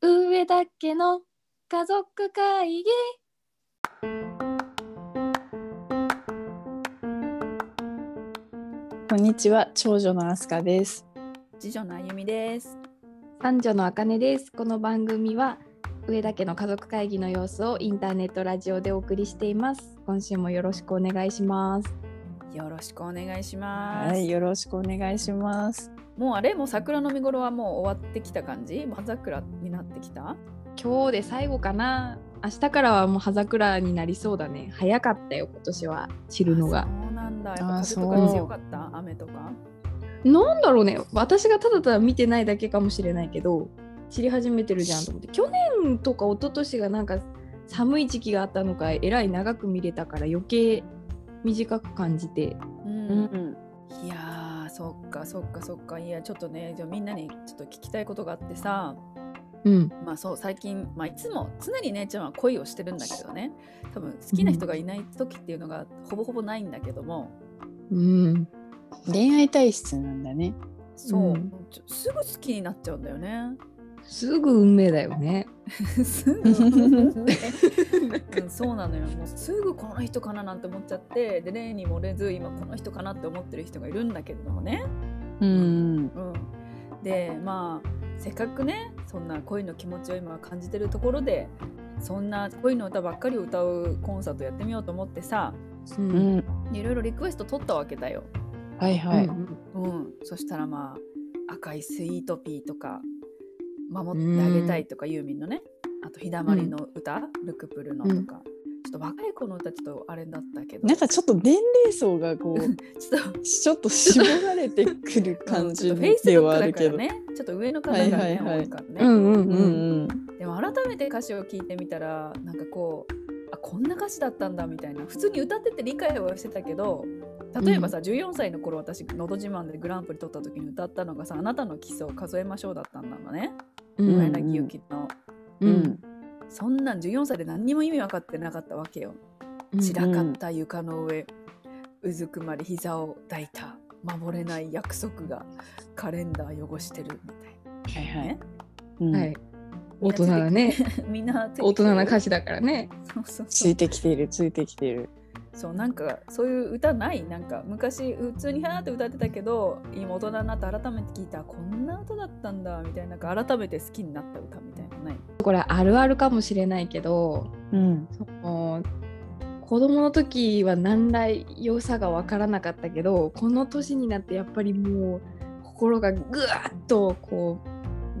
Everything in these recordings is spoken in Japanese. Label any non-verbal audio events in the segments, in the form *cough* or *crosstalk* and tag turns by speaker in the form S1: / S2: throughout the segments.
S1: 上田家の家族会議
S2: こんにちは、長女のアスカです。
S3: 次女のあゆみです。
S1: 三女のあかねですこの番組は上田家の家族会議の様子をインターネットラジオでお送りしています今週もよろしくお願いします
S3: よろしくお願いします。
S2: はい、よろしくお願いします。
S3: もうあれもう桜の見頃はもう終わってきた感じ？もう葉桜になってきた？
S1: 今日で最後かな明日からはもう葉桜になりそうだね早かったよ今年は散るのが
S3: あそうなんだ。やっぱ
S2: あ
S3: 風と
S2: そう
S3: か強かった？雨とか？
S1: なんだろうね私がただただ見てないだけかもしれないけど散り始めてるじゃんと思って去年とか一昨年がなんか寒い時期があったのかえらい長く見れたから余計短く感じて
S3: うん
S2: うん、
S3: いやー、そっかそっかそっか。いやちょっとね、じゃあみんなにちょっと聞きたいことがあってさ、
S1: うん
S3: まあそう最近まあいつも常に姉ちゃんは恋をしてるんだけどね。多分好きな人がいない時っていうのがほぼほぼないんだけども。
S1: うん
S2: 恋愛体質なんだね。
S3: そう、
S1: うん
S3: ちょすぐ好きになっちゃうんだよね。 *laughs*
S1: すぐ運命だよね
S3: すぐ
S2: *laughs*
S3: うん、そうなのよもうすぐこの人かななんて思っちゃってで例に漏れず今この人かなって思ってる人がいるんだけれどもね、
S2: うん、
S3: うん、でまあせっかくねそんな恋の気持ちを今感じてるところでそんな恋の歌ばっかり歌うコンサートやってみようと思ってさ
S1: う
S2: うんん、
S3: いろいろリクエスト取ったわけだよ、
S2: はい
S1: うん
S2: はい。
S3: うん、そしたらまあ「赤いスイートピー」とか「守ってあげたい」とかユーミンのねあと「日だまりの歌」ルクプルのと
S1: うん
S3: か、ちょっと若い子の歌ちょっとあれだったけど
S2: なんかちょっと年齢層がこう、
S3: ちょっと
S2: ちょっと絞られてくる感
S3: う *laughs*
S2: じ
S3: んちょっとフェイス
S2: で
S3: ブッ
S2: はあ
S3: クだ
S2: る
S3: か
S2: け
S3: ら
S2: ど。
S3: ねちょっと上の方がね、
S2: はいはいはい
S3: 多いからね、
S1: うんうん
S2: う
S1: うん
S2: ん
S3: でも改めて歌詞を聞いてみたらなんかこうあこんな歌詞だったんだみたいな普通に歌ってて理解はしてたけど例えばさ、14歳の頃私「のど自慢」でグランプリ取った時に歌ったのがさ「あなたのキスを数えましょう」だったんだね、
S1: うん
S2: うん
S3: 小柳ゆきの
S2: う
S1: うんん、
S3: そんなん14歳で何にも意味分かってなかったわけよ。散らかった床の上、うずくまり膝を抱いた守れない約束がカレンダー汚してるみたい
S2: はい
S3: な、
S2: はい
S3: ね。
S2: うん
S1: はい大人だね
S3: *laughs*
S1: *laughs*
S3: みんな
S1: 大人な歌
S3: 詞
S1: 詞だからね
S3: そうそう
S2: つ
S3: そう
S2: いてきている、ついてきている。
S3: そうなんかそういう歌ないなんか昔普通にハーって歌ってたけど今大人になって改めて聞いたこんな歌だったんだみたいななんか改めて好きになった歌みたいなのない
S1: これあるあるかもしれないけど
S2: うん、
S1: その子供の時は何ら良さが分からなかったけどこの年になってやっぱりもう心がぐわっとこ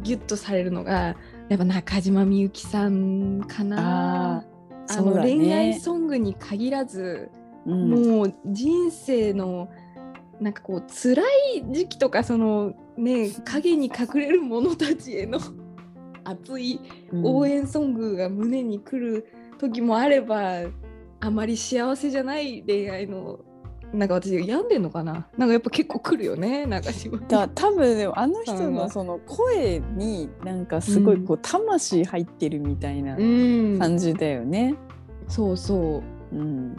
S1: うギュッとされるのがやっぱ中島みゆきさんかな。あ
S2: そう
S1: の
S2: だね
S1: 恋愛ソングに限らず、
S2: うん、
S1: もう人生のなんかこう辛い時期とかその
S2: *laughs*
S1: ね影に隠れる者たちへの熱い応援ソングが胸に来る時もあればあまり幸せじゃない恋愛のなんか私病んでんのかななんかやっぱ結構来るよねなんか自分
S2: だ多分でもあの
S1: う
S2: 人
S1: ん
S2: のその声になんかすごいこう魂入ってるみたいな
S1: うん
S2: 感じだよね。
S1: そうそ
S2: うん、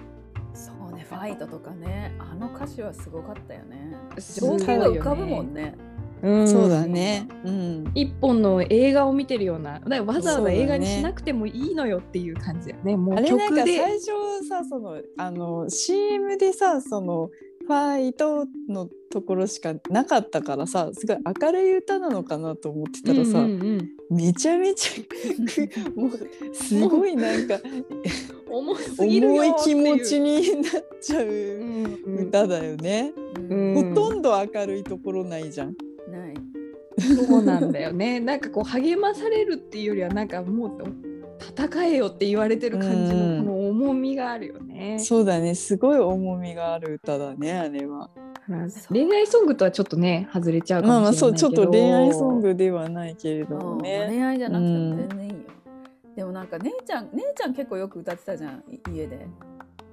S3: そうねファイトとかねあの歌詞はすごかったよね
S1: う
S3: 情景
S2: 景
S3: が浮かぶもんね
S1: うん
S2: そうだね。うん、
S1: 一本の映画を見てるようなだからわざわ
S2: そ
S1: ざ
S2: うだね
S1: 映画にしなくてもいいのよっていう感じだよねも
S2: あ
S1: う
S2: れなん
S1: 曲
S2: か
S1: で
S2: 最初さそのあの CM でさそのファイトのところしかなかったからさすごい明るい歌なのかなと思ってたらさ、
S1: うんうん
S2: めちゃめち
S1: *laughs*
S2: ゃもうすごいなんか
S1: うん重 *laughs* すぎるよ
S2: 重い
S1: って
S2: 気
S1: いう
S2: 持ちになっちゃう
S1: うんうん
S2: 歌だよね、
S1: うん
S2: ほとんど明るいところないじゃん。
S3: ない
S1: そうなんだよね。 *laughs* なんかこう励まされるっていうよりはなんかもう戦えよって言われてる感じ
S2: う
S1: の
S2: ん
S1: この重みがあるよね。
S2: そうだねすごい重みがある歌だねあれは。
S1: 恋愛ソングとはちょっとね外れちゃうかもしれないけど。
S2: まあまあそうちょっと恋愛ソングではないけれども
S3: うん
S2: ね。
S3: 恋愛じゃなくても全然いいよ、でもなんか姉ちゃん姉ちゃん結構よく歌ってたじゃんい家で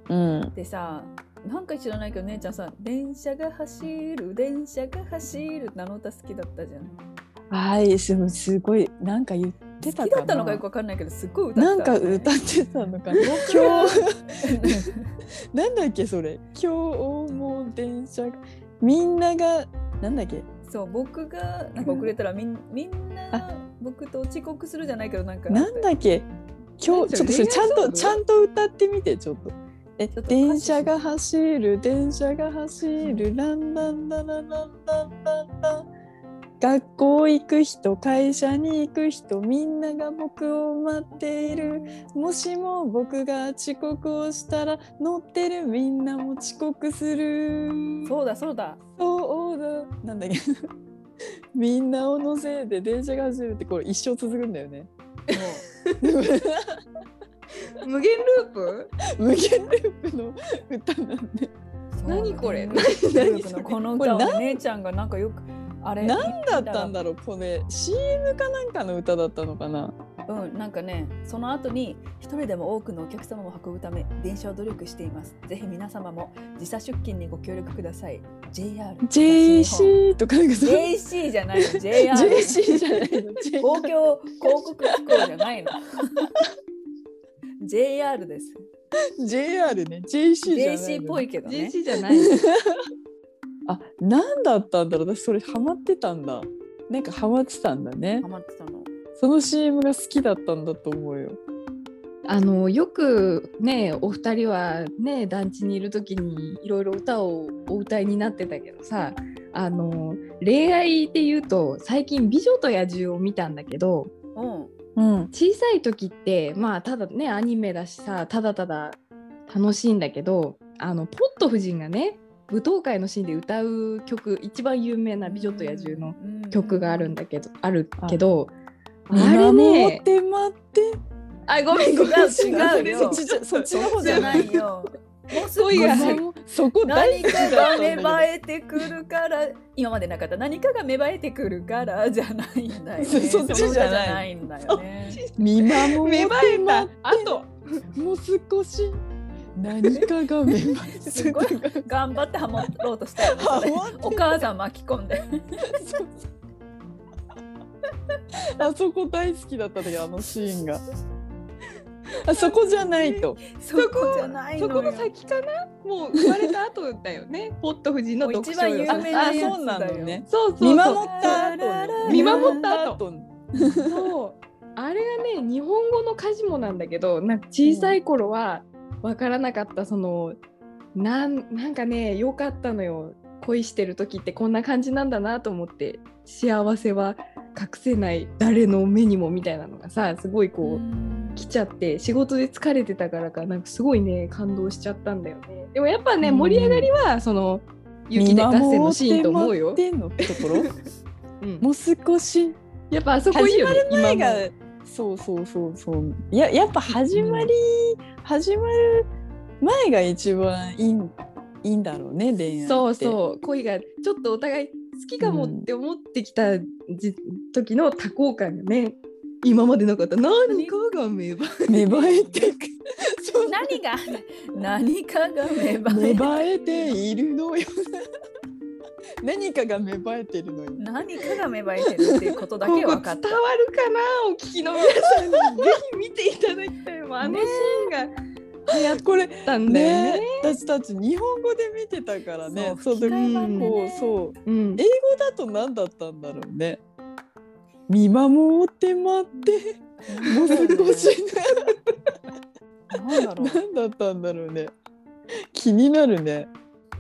S2: うん
S3: でさなんか知らないけど姉ちゃんさ「電車が走る電車が走る」ってあの歌好きだったじゃん
S2: はい、すごい、すごい、なんか言ってた
S3: 好
S2: かな。
S3: きだったのかよくわかんないけどすっごい歌
S2: な
S3: っ
S2: ん
S3: てた
S2: か
S3: のね、
S2: 歌ってたのかな。今
S3: 僕
S2: 日、なんだっけ、それ。今日も電車が、みんなが、なんだっけ、
S3: *laughs* そう僕がなんか遅れたらみんみんな僕と遅刻するじゃないけどなんか
S2: なんだっけ今日ちょっとそれちゃんとちゃんと歌ってみてちょっと。え
S3: ちょっと歌詞
S2: 電車が走る電車が走るランランランランランランランラン学校行く人会社に行く人みんなが僕を待っているもしも僕が遅刻をしたら乗ってるみんなも遅刻する
S3: そうだそうだ
S2: そうだなんだっけ *laughs* みんなを乗せて電車が走るってこれ一生続くんだよね。 *laughs*
S3: も
S1: 無限ループ
S2: 無限ループの歌なんで
S3: うそう
S1: 何これ
S3: ね
S1: 何何
S3: 中
S1: そ
S3: 国の
S1: れ
S3: この
S2: これ
S3: 歌
S2: なん
S3: お姉ちゃんがなんかよくあれ
S2: 何だったんだろうこれ CM かなんかの歌だったのかな
S3: うん、なんかね、その後に一人でも多くのお客様を運ぶため電車を努力しています。ぜひ皆様も時差出勤にご協力ください。JR。
S2: JC とかなんかそう
S3: JC じゃないの。JR。
S2: JC じゃないの J-
S3: 公共広告機構じゃないの。JR です。
S2: JR ね JC じゃない
S3: JC っぽ
S2: い
S3: いけどね。
S1: JC じゃないの
S2: *laughs* あ何だったんだろう私それハマってたんだなんかハマってたんだね
S3: ハマってたの。
S2: その CM が好きだったんだと思うよ
S1: あのよくねお二人はね団地にいる時にいろいろ歌をお歌いになってたけどさあの恋愛で言うと最近「美女と野獣」を見たんだけど
S3: うん。
S2: うん
S1: 小さい時ってまあただねアニメだしさただただ楽しいんだけどあのポット夫人がね舞踏会のシーンで歌う曲一番有名な「美女と野獣」の曲があるんだけどあるけどあれ
S2: 見守
S1: ね
S2: って待って
S1: あごめんごめん
S3: 違うよ
S2: そっちじゃそっちの方
S3: じ
S2: じ
S3: ゃ
S2: ゃ
S3: な
S2: ないい
S3: よ。もうすぐ
S1: 恋が
S2: ごめんそこ大
S3: 何
S2: 好き
S3: か
S2: だ
S3: が
S2: ったん
S3: 芽
S2: だけ
S3: 生えてくるから今までなかった何かが芽生えてくるからじゃないんだよね
S2: そそっちじゃない
S3: その歌じゃないんだよね
S2: ど見守って
S1: 芽生えた
S2: 待って
S1: あと
S2: もう少し何かが芽生え
S3: すごい頑張ってハモろうとしたよねそれ
S2: ハモってた
S3: お母さん巻き込んで
S2: あそこ大好きだったんだけどあのシーンがあそこじゃないと
S3: そこじゃないの
S1: そ
S3: よ
S1: この先かなもう生まれた後だよ *laughs* ねポット夫人の
S3: もう
S1: 読
S3: 一
S1: 書
S3: 番
S1: よ
S3: 有名なやつだよ
S2: あそうなのね
S1: そうそうそう
S2: 見守った後の
S1: 見守った後
S2: 後
S1: そうあれがね日本語の歌詞もなんだけどなんか小さい頃は分からなかったそのなんなんかね良かったのよ恋してる時ってこんな感じなんだなと思って幸せは隠せない誰の目にもみたいなのがさすごいこう、来ちゃって仕事で疲れてたからかなんかすごいね感動しちゃったんだよねでもやっぱね、
S2: うん
S1: 盛り上がりはその雪で合戦のシーンと思うよ、
S2: 見守って待ってのとこ
S1: うん
S2: ろもう少し
S1: やっぱあそこいいよね
S2: 始前が
S1: 今も
S2: そうそうそうそうややっぱ始まり、始まる前が一番いいいいんだろうね恋愛って
S1: そうそう恋がちょっとお互い好きかもって思ってきたじ時の多幸感がね今までなかった何かが芽生え
S2: 芽生えて
S1: *laughs*
S2: くそう
S3: 何が何かが芽生
S2: 芽
S3: え
S2: 生えているのよ *laughs* 何かが芽生えてるのよ
S3: 何かが芽生えてるっていうことだけ
S1: ここ伝
S3: 分か
S1: わ
S3: っ
S1: る
S3: た
S1: かなお聞きの皆さんにぜひ見ていただきたいもうあのシーンが流行っ
S2: これ
S1: たんだよね
S2: ね私たち日本語で見てたからね
S3: そう
S2: だ
S3: 吹き替え
S1: で
S3: 版
S1: ね
S2: こうそう
S1: うん
S2: えこれだと何だったんだろうね見守って待ってもう少し
S3: なん
S2: *laughs*
S3: だろう
S2: 何だったんだろうね気になるね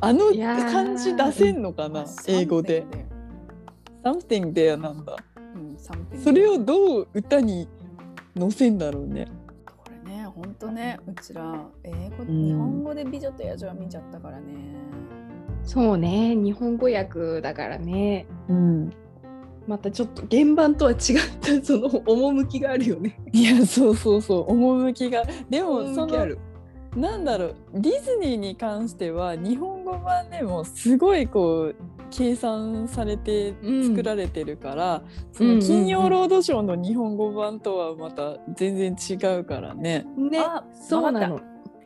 S2: あの
S1: いやー
S2: 感じ出せんのかな英語で。something there なんだ
S3: うん、something
S2: それをどう歌に載せんだろうね
S3: これね、本当ね、うちら英語、
S2: ん
S3: 日本語で美女と野獣は見ちゃったからね。
S1: そうね日本語訳だからね
S2: うん
S1: またちょっと原版とは違ったその趣があるよね。
S2: いやそうそうそう趣がでもそ
S1: 趣あ
S2: の
S1: る。
S2: なんだろうディズニーに関しては日本語版でもすごいこう計算されて
S1: うん
S2: 作られてるから、そ
S1: うんうんう
S2: の
S1: ん
S2: 金曜ロードショーの日本語版とはまた全然違うからね。
S1: ね
S3: あ
S1: そうな
S3: わ
S1: の。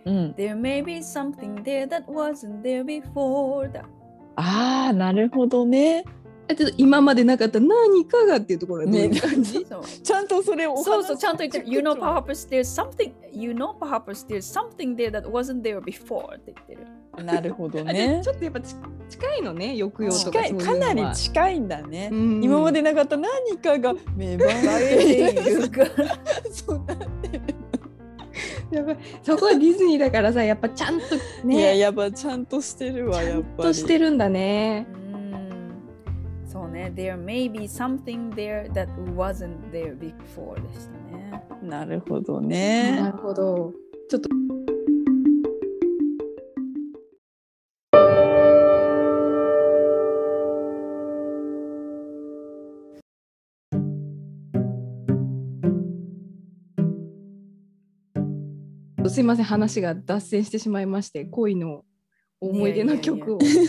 S2: うん、
S3: There may be something there that wasn't there before だ。
S2: あーなるほどね。
S1: あちょっと今までなかった何かがっていうところはどういう感じ、
S3: そう
S2: *laughs* ちゃんとそれをお話し
S3: そうそう、ちゃんと言ってる。You know
S2: あ
S3: perhaps there's something, you know perhaps there's something there that wasn't there before って言ってる。
S2: なるほど
S1: あじゃあ
S2: ね
S1: ちょっとやっぱち近いのね抑揚とか
S2: 近いかなり近いんだね、今
S1: 今
S2: までなかった何かが芽生えているそうなってる
S1: やっぱ *laughs* そこはディズニーだからさやっぱちゃんと
S2: いや
S1: ね
S2: やっぱちゃんとしてるわやっぱ
S1: と
S2: り
S1: してるんだね
S3: そうね、there may be something there that wasn't there before でしたね。
S2: なるほどね、
S1: なるほどすいません話が脱線してしまいまして恋の思い出の曲を
S3: いや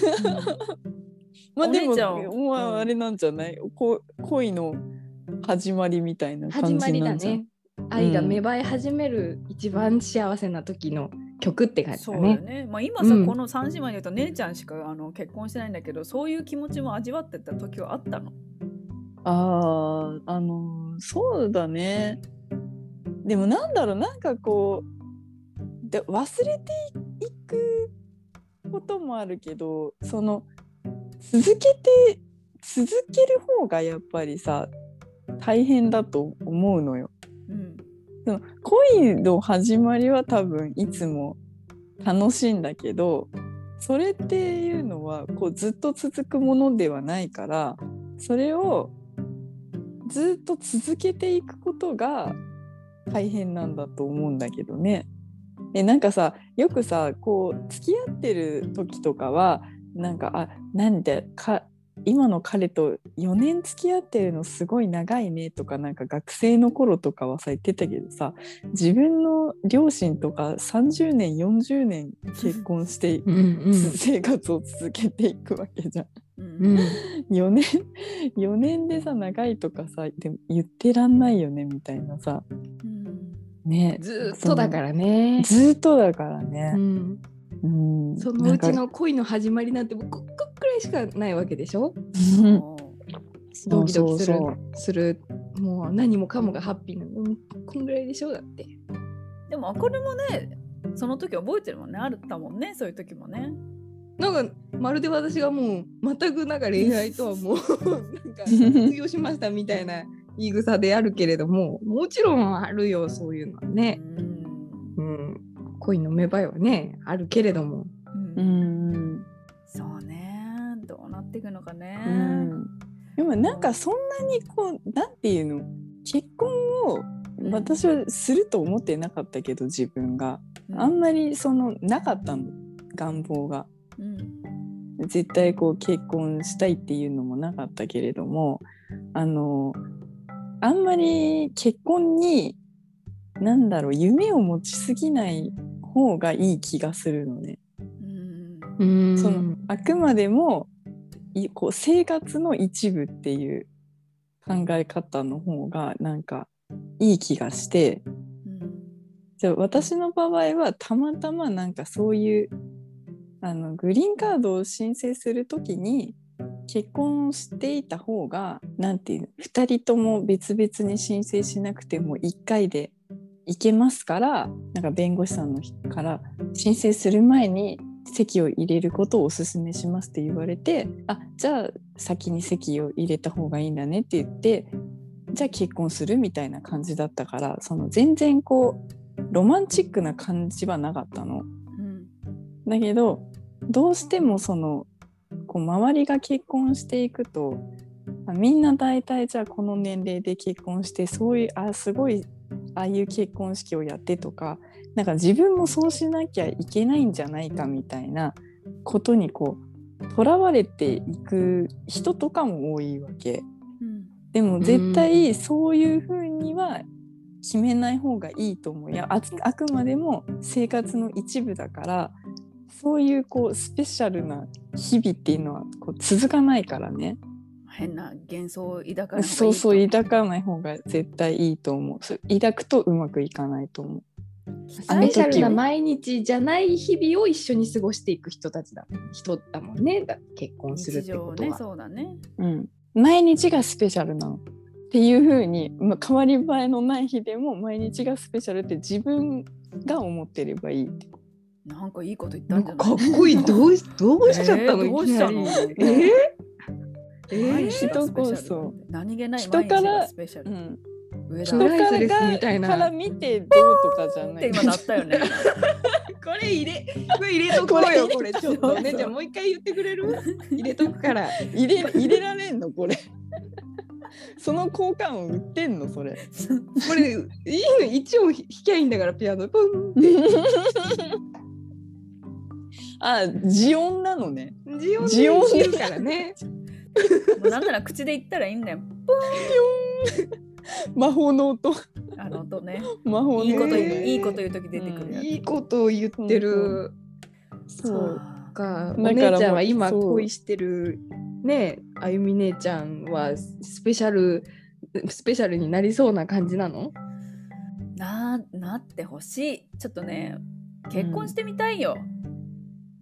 S2: まあでも
S3: お姉ちゃんは
S2: まああれなんじゃない、こ恋の始まりみたいな
S1: 始
S2: 感
S1: ま
S2: じ
S1: り
S2: な
S1: だ
S2: んじゃない
S1: ね愛が芽生え始める一番幸せな時の曲って感じ
S3: そ
S1: だ
S3: うだよ
S1: ね。
S3: ね。まあ今さ、
S1: うん
S3: この三姉妹で言うと姉ちゃんしかあの結婚してないんだけど、そういう気持ちも味わってた時はあったの。
S2: あああのーそうだねでもなんだろうなんかこうで忘れていくこともあるけどその続けて続ける方がやっぱりさ大変だと思うのよ。
S3: うん。
S2: その恋の始まりは多分いつも楽しいんだけどそれっていうのはこうずっと続くものではないからそれをずっと続けていくことが大変なんだと思うんだけどね。えなんかさよくさこう付き合ってる時とかはなんかあなんでか今の彼と4年付き合ってるのすごい長いねとかなんか学生の頃とかはさ言ってたけどさ自分の両親とか30年40年結婚して
S1: うんうん
S2: 生活を続けていくわけじゃん。
S3: うん
S1: うん、
S2: 4年4年でさ長いとかさでも言ってらんないよねみたいなさ
S3: うん
S2: ね
S1: ずーっとだからね。
S2: ずっとだから
S1: う
S2: ね、
S1: ん、
S2: うん
S1: そのうち
S2: なんか
S1: の恋の始まりなんてもうここくらいしかないわけでしょ
S2: うん
S1: ドキドキする
S2: そうそう
S1: するもう何もかもがハッピーなのうんこんぐらいでしょだって
S3: でもあかねもね、その時覚えてるもんね、あったもんね、そういう時もね。
S1: なんかまるで私がもう全くなんか恋愛とは
S2: *laughs*
S1: もうなんか通用しましたみたいな言い草であるけれどももちろんあるよそういうのは
S3: う
S1: ね、
S3: ん。
S1: うん、恋の芽生えはねあるけれども
S3: うん
S2: うんうん
S3: そうね。どうなっていくのかね。
S2: うんでもなんかそんなにこうなんていうの結婚を
S3: うん
S2: 私はすると思ってなかったけど自分が
S3: う
S2: あんまりそのなかったの願望が
S3: うん
S2: 絶対こう結婚したいっていうのもなかったけれどもあのあんまり結婚になんだろう夢を持ちすぎない方がいい気がするのね。
S3: うん
S1: うん
S2: そのあくまでもいこう生活の一部っていう考え方の方がなんかいい気がして
S3: うん
S2: じゃあ私の場合はたまたまなんかそういうあのグリーンカードを申請する時に結婚をしていた方がなんていうの2人とも別々に申請しなくても1回で行けますからなんか弁護士さんの人から申請する前に籍を入れることをお勧めしますって言われてあじゃあ先に籍を入れた方がいいんだねって言ってじゃあ結婚するみたいな感じだったからその全然こうロマンチックな感じはなかったの。
S3: うん
S2: だけどどうしてもそのこう周りが結婚していくとあみんな大体じゃあこの年齢で結婚してそういうあすごいああいう結婚式をやってとかなんか自分もそうしなきゃいけないんじゃないかみたいなことにこうとらわれていく人とかも多いわけ。
S3: うん
S2: でも絶対そういうふうには決めない方がいいと思ういやああくまでも生活の一部だからそういうこうスペシャルな日々っていうのはこう続かないからね
S3: 変な幻想を抱かない方がいいと
S2: そうそう抱かない方が絶対いいと思うそれ抱くとうまくいかないと思
S1: ス
S2: あの時は
S1: ペシャルな毎日じゃない日々を一緒に過ごしていく人たちだ人だもんねだ結婚するっ
S3: 日
S1: て
S3: 常
S1: こ
S3: を
S1: と
S3: ね
S1: は、
S3: そうだね
S2: う、うん、毎日がスペシャルなのっていうふうに、まあ、変わり映えのない日でも毎日がスペシャルって自分が思ってればいいって
S3: うなんかいいこと言った
S1: なんん
S3: じゃ
S1: か
S3: ない
S1: かっこいい。 *laughs* どうしどうしちゃったの、
S3: えーどう
S1: い
S3: し
S1: き
S3: た
S1: な
S3: の
S1: り。
S3: えー
S1: え
S3: 毎
S1: ー
S3: 日がスペシャル
S2: 人こそ
S3: 何気ない
S2: 人
S3: 毎
S2: から
S3: 日がスペシャ
S2: う
S3: ル。
S2: ん、
S3: 上
S1: 人
S2: 人
S3: だ
S1: か
S2: から
S3: っ
S1: ライスです
S2: が
S1: みたいな
S2: から見てどうとかじゃな
S3: て
S2: い
S3: 今なった
S1: *laughs*
S3: よね。
S1: これ入れ、これ入れとこうよ、これちょっとね、じゃあもう一回言ってくれる。入れとくから。
S2: 入れ入れられんのこれ *laughs* その交換を売ってんのそれ
S1: *laughs* これ、いいの、一音弾きゃいいんだから、ピアノ。ポン。
S2: あジオンなのね
S1: ジオン
S2: ジオン
S1: で言うからね。
S3: もうなんなら口で言ったらいいんだよ。
S2: 魔法の音
S3: あの音ね。
S2: 魔法の音
S3: いいこと言う、
S1: えー
S3: いいこと言う時出てくるやつ。
S1: いいことを言ってる。
S2: そう
S1: か、お
S2: だから
S1: 姉ちゃん
S2: もう
S1: は今
S2: そう
S1: 恋してる。ね、あゆみ姉ちゃんはスペシャル。スペシャルになりそうな感じなの。
S3: ななってほしいちょっとね結婚してみたいよ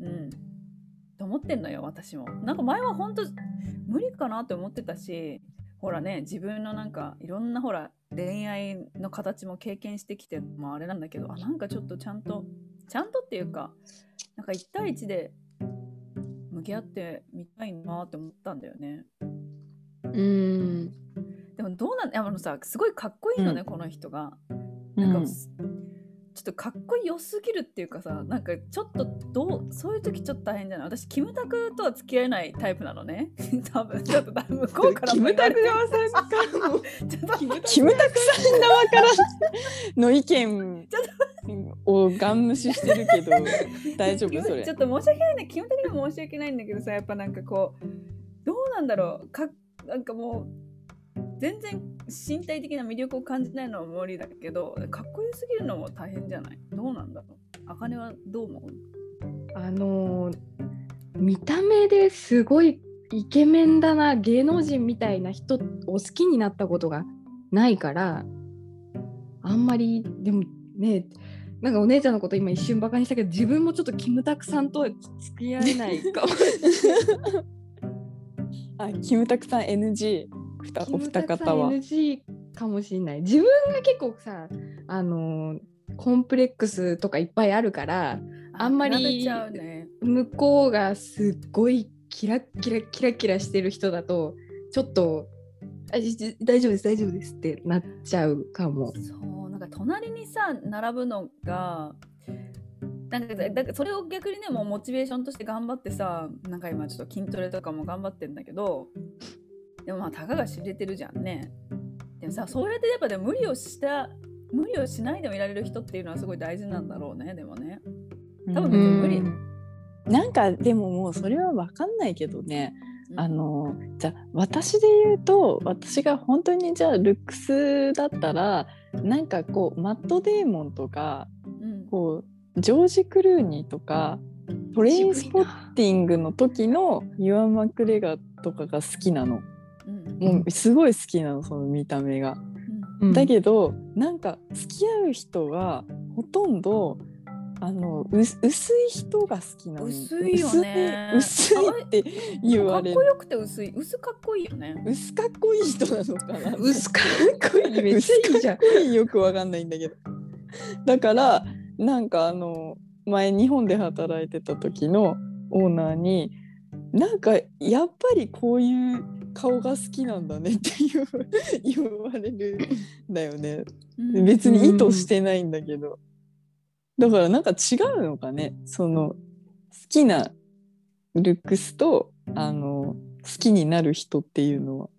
S3: うん、と思ってんのよ私もなんか前は本当無理かなって思ってたしほらね自分のなんかいろんなほら恋愛の形も経験してきてもあれなんだけどあなんかちょっとちゃんとちゃんとっていうかなんか1対1で向き合ってみたいなって思ったんだよね
S1: うん。
S3: でもどうなんあのさすごいかっこいいのね、この人が
S2: うん
S3: なんかすちょっとかっこよすぎるっていうかさなんかちょっとどうそういう時ちょっと大変じゃない私キムタクとは付き合えないタイプなのね *laughs* 多分ちょっと多分向こうから
S1: キ
S3: も
S1: ム
S3: 言わ
S1: タ
S3: れ
S1: ク
S3: て
S1: 側さんかも。
S3: *laughs* ちょっと
S2: キムタクさん側からの意見をガン無視してるけど大丈
S3: キ
S2: 夫
S3: ム
S2: それ
S3: ちょっと申し訳ないね基本的にも申し訳ないんだけどさやっぱなんかこうどうなんだろうかなんかもう全然身体的な魅力を感じないのは無理だけどかっこよすぎるのも大変じゃないどうなんだろうあかねはどう思う
S1: あのー見た目ですごいイケメンだな芸能人みたいな人を好きになったことがないからあんまりでもねなんかお姉ちゃんのこと今一瞬バカにしたけど自分もちょっとキムタクさんとは付き合えないかも
S2: *laughs* あキムタクさん NG ふた
S1: キ
S2: お
S1: ム
S2: 二
S1: タクさ
S2: 方
S1: ん
S2: は
S1: NG かもしれない自分が結構さあのーコンプレックスとかいっぱいあるからあんまり
S3: 比べちゃうね
S1: 向こうがすっごいキラッキラキラキラしてる人だとちょっとあじじ大丈夫です大丈夫ですってなっちゃうかも。
S3: そうなんか隣にさ並ぶのがなんかだだからそれを逆にねもうモチベーションとして頑張ってさなんか今ちょっと筋トレとかも頑張ってんだけどでもまあたかが知れてるじゃんねでもさそれでやっぱでも無理をした無理をしないでもいられる人っていうのはすごい大事なんだろうねでもね多分
S2: うん
S3: 別に無理、
S1: うん
S2: なんかでももうそれは分かんないけどね
S3: うん
S2: あのじゃあ私で言うと私が本当にじゃあルックスだったらなんかこうマット・デーモンとか
S3: うん
S2: こうジョージ・クルーニーとかトレインスポッティングの時のユアン・マクレガーとかが好きなの
S3: うん
S2: もうすごい好きなのその見た目が。
S1: うん
S2: だけどなんか付き合う人はほとんどあのう薄い人が好きなの
S3: 薄いよね
S2: 薄い薄いって言
S3: か
S2: わ
S3: っ
S2: れ
S3: こ
S2: る
S3: よくて薄い薄かっこいいよね
S2: 薄かっこいい人なのかな
S1: 薄かっこいいめっちゃいいじゃん
S2: 薄。かっこいいよくわかんないんだけどだからなんかあの前日本で働いてた時のオーナーになんかやっぱりこういう顔が好きなんだねって言う言われるんだよね
S3: うん
S2: 別に意図してないんだけど、だからなんか違うのかねその好きなルックスとあの好きになる人っていうのは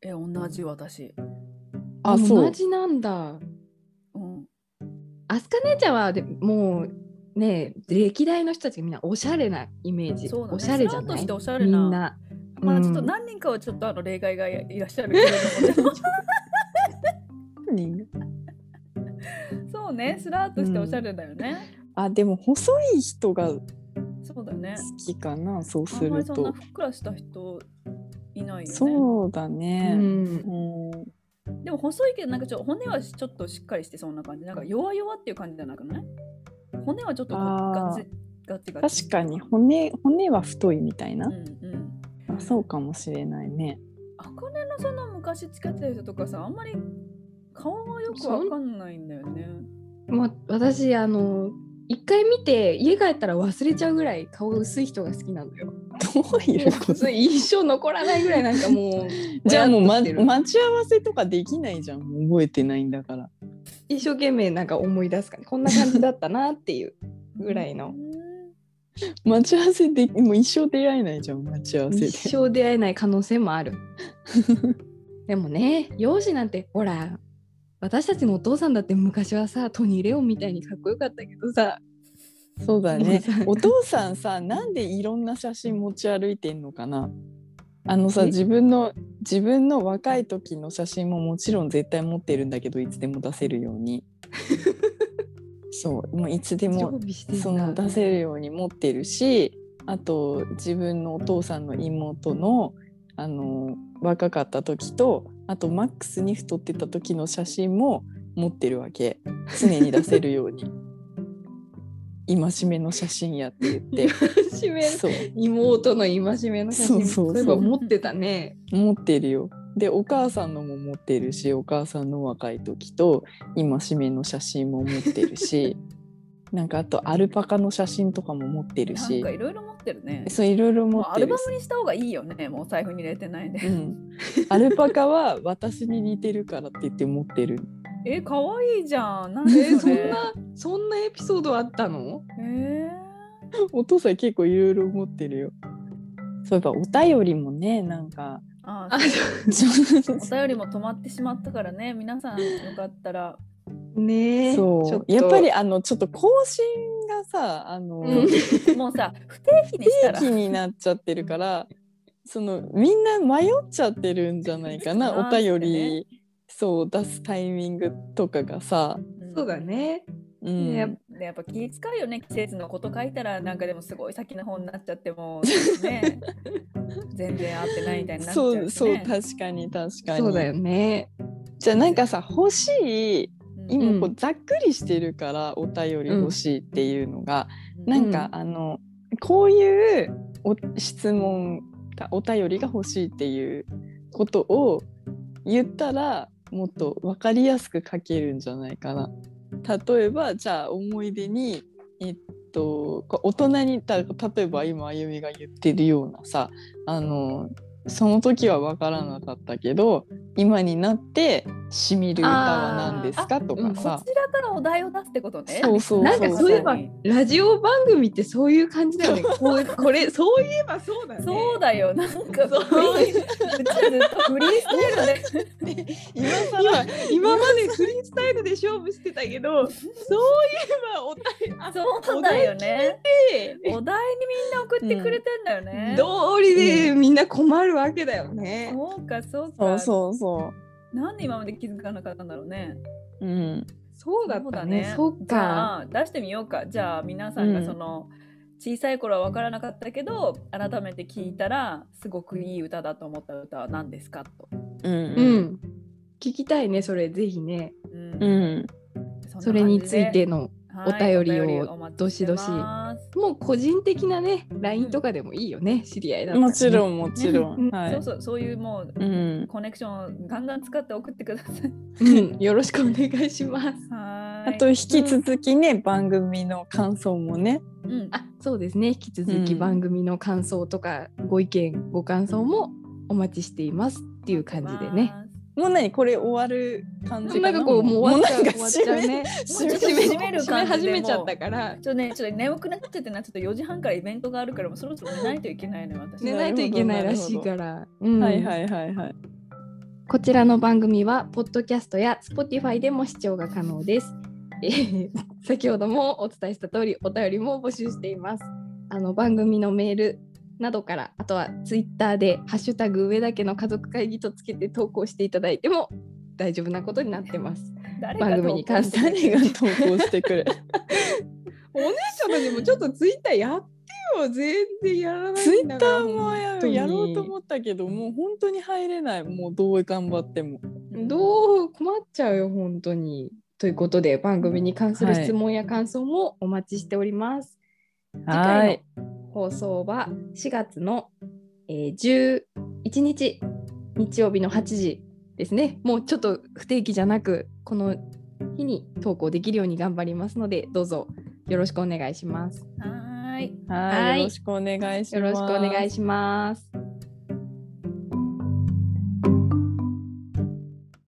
S3: え同じ私
S2: *laughs* あそ
S1: 同
S2: う
S1: じなんだ。
S3: うん
S1: アスカ姉ちゃんはでもうね歴代の人たちがみんなおしゃれなイメージ、
S3: そうだね
S1: おしゃれじゃ
S3: スラーと
S1: な
S3: し
S1: い
S3: ておしゃれ
S1: み
S3: なん
S1: な。
S3: まあ
S1: うん
S3: ちょっと何人かはちょっとあの例外がいいらっしゃるけれども、 *laughs* そうね、スラーっとしておしゃれだよね。
S2: あでも細い人が好
S3: そうだね。
S2: きかなそう
S3: あ
S2: す
S3: んまり
S2: る
S3: そん
S2: と
S3: なふっくらした人いないよね。
S2: そうだ
S1: う
S2: ね、
S1: ん
S2: うん
S3: でも細いけど、なんかちょっと骨はちょっとしっかりしてそうな感じ。なんか弱々っていう感じじゃなくない骨はちょっとこう
S2: あー
S3: ガツガツガツ。
S2: 確かに骨骨は太いみたいな
S3: う、んうん。
S2: あそうかもしれないね
S3: あかねのその昔付き合ってた人とかさ、あんまり顔がよくわかんないんだよね。
S1: まあ、私あの一回見て家帰ったら忘れちゃうぐらい顔薄い人が好きなのよ。
S2: どういうこと
S1: それ一生残らないぐらいなんかもう
S2: *laughs* じゃあもう、
S1: ぼや
S2: ま、
S1: っとしてる
S2: 待ち合わせとかできないじゃんもう覚えてないんだから
S1: 一生懸命なんか思い出すかねこんな感じだったなっていうぐらいの
S2: 待ち合わせでもう一生出会えないじゃん待ち合わせで
S1: 一生出会えない可能性もあ
S2: *laughs*
S1: る。でもね容姿なんてほら私たちのお父さんだって昔はさトニー・レオンみたいにかっこよかったけどさ
S2: そうだ
S1: もう
S2: ね
S1: さ
S2: お父さんさなんでいろんな写真持ち歩いてんのかなあのさ
S1: え
S2: 自分の自分の若い時の写真ももちろん絶対持ってるんだけどいつでも出せるようにそうもういつで
S1: 常
S2: も
S1: 備してん
S2: そ
S1: だ
S2: の出せるように持ってるしあと自分のお父さんの妹のあの若かった時とあとマックスに太ってた時の写真も持ってるわけ常に出せるよう
S3: *laughs*
S2: に戒めの写真やって言っ
S1: 戒
S2: て
S3: *laughs*
S1: め
S2: そう
S1: 妹の戒めの写真
S2: そうそ
S1: そ
S2: うそう
S1: ういえば持ってたね。
S2: 持ってるよでお母さんのも持ってるしお母さんの若い時と戒めの写真も持ってる
S3: *laughs*
S2: しなんかあとアルパカの写真とかも持ってる
S3: なん
S2: し
S3: かいろいろ持ってるね。
S2: そういろいろ持
S3: もう
S2: っ
S3: ア
S2: て
S3: ル
S2: る
S3: バ
S2: し
S3: ムにした方がいいよね。もうお財布に入れてない
S2: *laughs*
S3: んで。
S2: うん、アルパカは私に似てるからって言って持ってる。
S3: え、可愛いじゃん。なん
S1: え
S3: で
S1: ー
S3: そ
S1: そん
S3: れ。 *laughs*
S1: なそんなエピソードあったの
S3: え
S2: お父さん結構いろいろ持ってるよ。そういえばお便りもねなん *laughs* か
S3: ー、あ
S1: あ
S2: そ
S3: お便りも止まってしまったからね。皆さんよかったら。
S1: ねえちょ
S2: う
S1: と
S2: やっぱりあのちょっと更新がさあの、
S1: うん
S3: もうさ、不定期にしたら
S2: 気。になっちゃってるからそのみんな迷っちゃってるんじゃない *laughs* かな
S3: あ
S2: お
S3: ー
S2: 便り、そう出すタイミングとかがさ。
S3: ん
S1: そうだ。ね。
S2: うん
S1: ねやっぱ
S3: でやっぱ気使うよね季節のこと書いたらなんかでもすごい先の方になっちゃってもね全然合ってないみたいになっちゃうし、
S2: そ
S3: ね、
S2: うそう確かに確かに
S1: そうだよね。
S2: じゃあなんかさ欲しい
S3: うん
S2: 今こうざっくりしてるからお便り欲しいっていうのが、
S3: うん
S2: なんかあのこういうお質問がお便りが欲しいっていうことを言ったらもっと分かりやすく書けるんじゃないかな。例えばじゃあ思い出にえっとこう大人にた例えば今あゆみが言ってるようなさあのその時は分からなかったけど今になってしみる歌は何ですかとか
S3: こ
S2: さ、
S3: ちらからお題を出すってことね。
S2: そうそう
S1: なんかそういえば
S3: そう
S1: ラジオ番組ってそういう感じだ *laughs* よね。こうこれそういえばそうだね。
S3: そうだよ、なんか
S1: そう
S3: そういう、うちらずっとフリースタイルで、
S2: 今更
S1: 今までフリースタイルで勝負してたけど、そういえばお便り
S3: そうだよね。
S1: で
S3: お題にみんな送ってくれてんだよね。
S1: 道理でみんな困るわけだよね。
S3: そうか、そうか。
S2: そうそうそ
S3: なんで今まで気づかなかったんだろうね。
S2: う。うん。
S1: そうだったね。そっ
S3: じ
S1: か。
S3: ゃあ出してみようか。じゃあ皆さん
S2: う
S3: が
S2: ん
S3: その、小さい頃は分からなかったけど改めて聞いたらすごくいい歌だと思った歌は何ですかと、
S2: う。
S1: うんん。聞きたいね、それぜひね。
S3: うん
S2: うん。
S3: そんな感じで
S1: それについての。
S3: はい
S1: お便りを
S3: お待ちして
S1: どしどし
S3: ます
S1: もう個人的なね、LINE とかでもいいよね、知り合いだったらね、
S2: もちろんもちろん。
S1: ね
S2: は
S3: そう
S2: い。
S3: そうそういうもう
S2: うん。
S3: コネクションをガンガン使って送ってくださ
S1: *laughs*
S3: い。
S1: うん。よろしくお願いします。
S3: *laughs* は
S2: あ
S3: ーい。
S2: と引き続きね、番組の感想もね。
S3: うん、
S1: あそうですね、引き続き
S2: うん
S1: 番組の感想とか、ご意見、ご感想もお待ちしていますっていう感じでね。
S2: もう何これ終わる感じかな。
S1: なんかこう、もう終わっちゃう
S2: もなん
S1: 終
S2: か
S1: わっち
S2: 締
S1: ゃう
S2: め
S1: ね。
S2: 締め
S1: 締め
S3: 締める
S1: 締め
S3: 感じで
S1: 始めちゃ
S3: も
S1: っ
S3: う
S1: たから、
S3: ちょっとね、ちょっと眠くなっちゃってな、ちょっと4時半からイベントがあるから、もうそろそろ寝ないといけないの、私。
S1: 寝ないといけないらしいから。うん
S2: はいはいはいはい。
S1: こちらの番組は、ポッドキャストや Spotify でも視聴が可能です。えー先ほどもお伝えした通り、お便りも募集しています。あの番組のメールなどから、あとは Twitter で、ハッシュタグ上田家の家族会議とつけて投稿していただいても大丈夫なことになってます。
S3: 誰
S1: 番組に関
S3: し
S1: してて
S2: 誰が
S3: *laughs*
S2: 投稿してく
S1: *laughs*
S2: れ。
S1: お姉ちゃまにもちょっとツイッターやってよ全然やらない
S2: ツイ
S1: ん
S2: ッ
S1: だ
S2: タ
S1: から
S2: ーもややろうと思ったけど、もう本当に入れない。もうどう頑張っても。
S3: う
S1: どう困っちゃうよ本当に。ということで番組に関する
S2: はい
S1: 質問や感想もお待ちしております。
S2: は
S1: 次回。の放送は4月の、えー11日日曜日の8時ですね。もうちょっと不定期じゃなくこの日に投稿できるように頑張りますのでどうぞよろしくお願いします。
S3: はーい。
S2: は、
S1: はいい
S2: よろしくお願いします。
S1: よろしくお願いします。